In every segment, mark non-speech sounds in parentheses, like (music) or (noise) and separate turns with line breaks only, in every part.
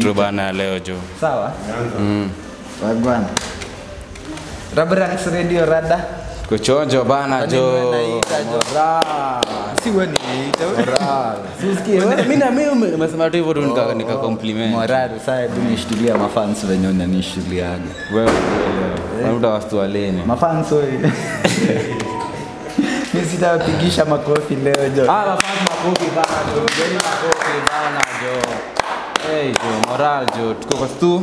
tu bana leo jo
sawa Mm. wagwana Rabrax Radio Rada
kuchonjo bana
Kwani
jo
wewe naita jo?
Bra.
si wewe nimeita Si usikie wewe?
Wewe, mimi na mimi ume- umesema tu hivyo tu nika- nika compliment.
Morari, saa hebu nishtulia mafans venye unanishtuliaga
Wewe, wewe, wewe. Utawastua lini?
mafans wewe. (laughs) mi sitawapigisha makofi leo jo
Ah, mafans makofi bana jo. Pigeni makofi bana jo. Hey jo, moral jo. Tuko kwa stu.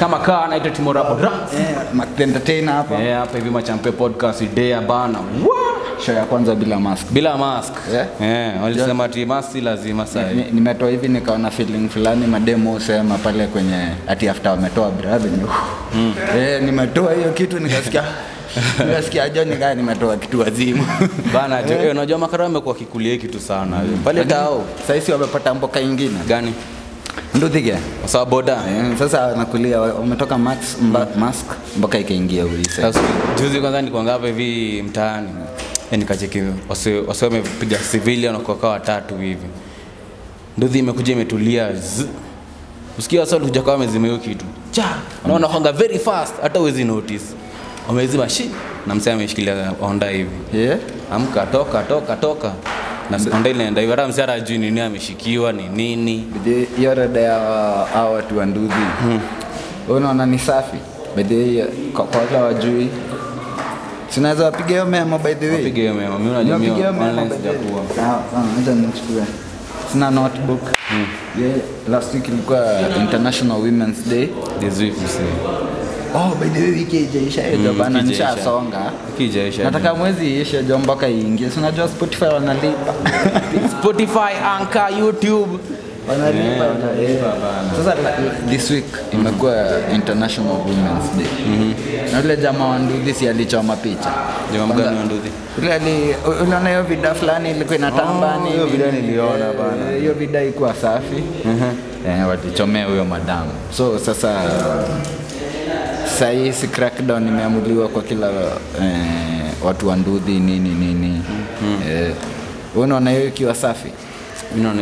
Kama kaa naitwa Timora Odrax.
Eh, Mac the entertainer hapa
Eh, hapa hivi machampe podcast idea bana. Wah!
show ya kwanza bila mask
Bila mask.
Yeah.
Eh, walisema ati mask si lazima sasa.
Ni- nimetoa hivi nikaona feeling fulani mademo usema pale kwenye ati after wametoa bravenue mm. eh, nimetoa hiyo kitu nikasikia (laughs) nikasikia jo nikaa nimetoa kitu wazimu (laughs)
Bana jo. Eh, unajua makara amekuwa kikulia kitu sana. Pale tao.
saisi wamepata mboka ingine
Gani?
nduthige
Sawa boda.
eh, sasa wanakulia wa- wametoka max mba, mask mboka ikaingia uise
Sasa, juzi kwanza nilikuwa ngapi hivi mtaani Eh, nikacheki wase wase wamepiga civilian wanakuwa kaa watatu hivi nduthi imekuja imetulia zzz. usikia wase walikuja kwa wamezima hiyo kitu cha naona kwanga very fast hata uwezi notice wamezima shi na msee ameshikilia onda hivi
yeah?
amka toka toka toka na onda inaenda hivi hata msee hajui nini ameshikiwa ni nini
Bidhi, hiyo rada ya wa- hao watu wa nduthi Wewe unaona ni safi bedhi kwa kwa wale wajui sinaweza wapiga hiyo memo by the way
piga hiyo mema mimi unajua mimi online sijakuwa
Ah, nichukue sina notebook yeah, last week ilikuwa international women's day
this week msee
oh by the way Hmm, wiki haijaisha hiyo ndio bana
wiki haijaisha.
nishasonga
kijaisha
nataka mwezi iishe jo mpaka iingie si unajua spotify wanalipa
Spotify, Anchor, YouTube.
wanalipa wanalipa. sasa la- this week imekuwa international women's day na yule jamaa wa nduthi si alichoma picha
Jamaa
Kwanza-
mgani wa nduthi?
Ule ali- uliona hiyo vida fulani ilikuwa inatamba
Oh,
nini?
hiyo video niliona
Eh,
bana. Uh-huh.
hiyo vida ikuwa safi Eh, walichomea huyo madamu so sasa sahii si crackdown imeamuliwa kwa kila eh,
Hmm.
watu wa nduthi nini nini Eh, unaona hiyo ikiwa safi
Mimi naona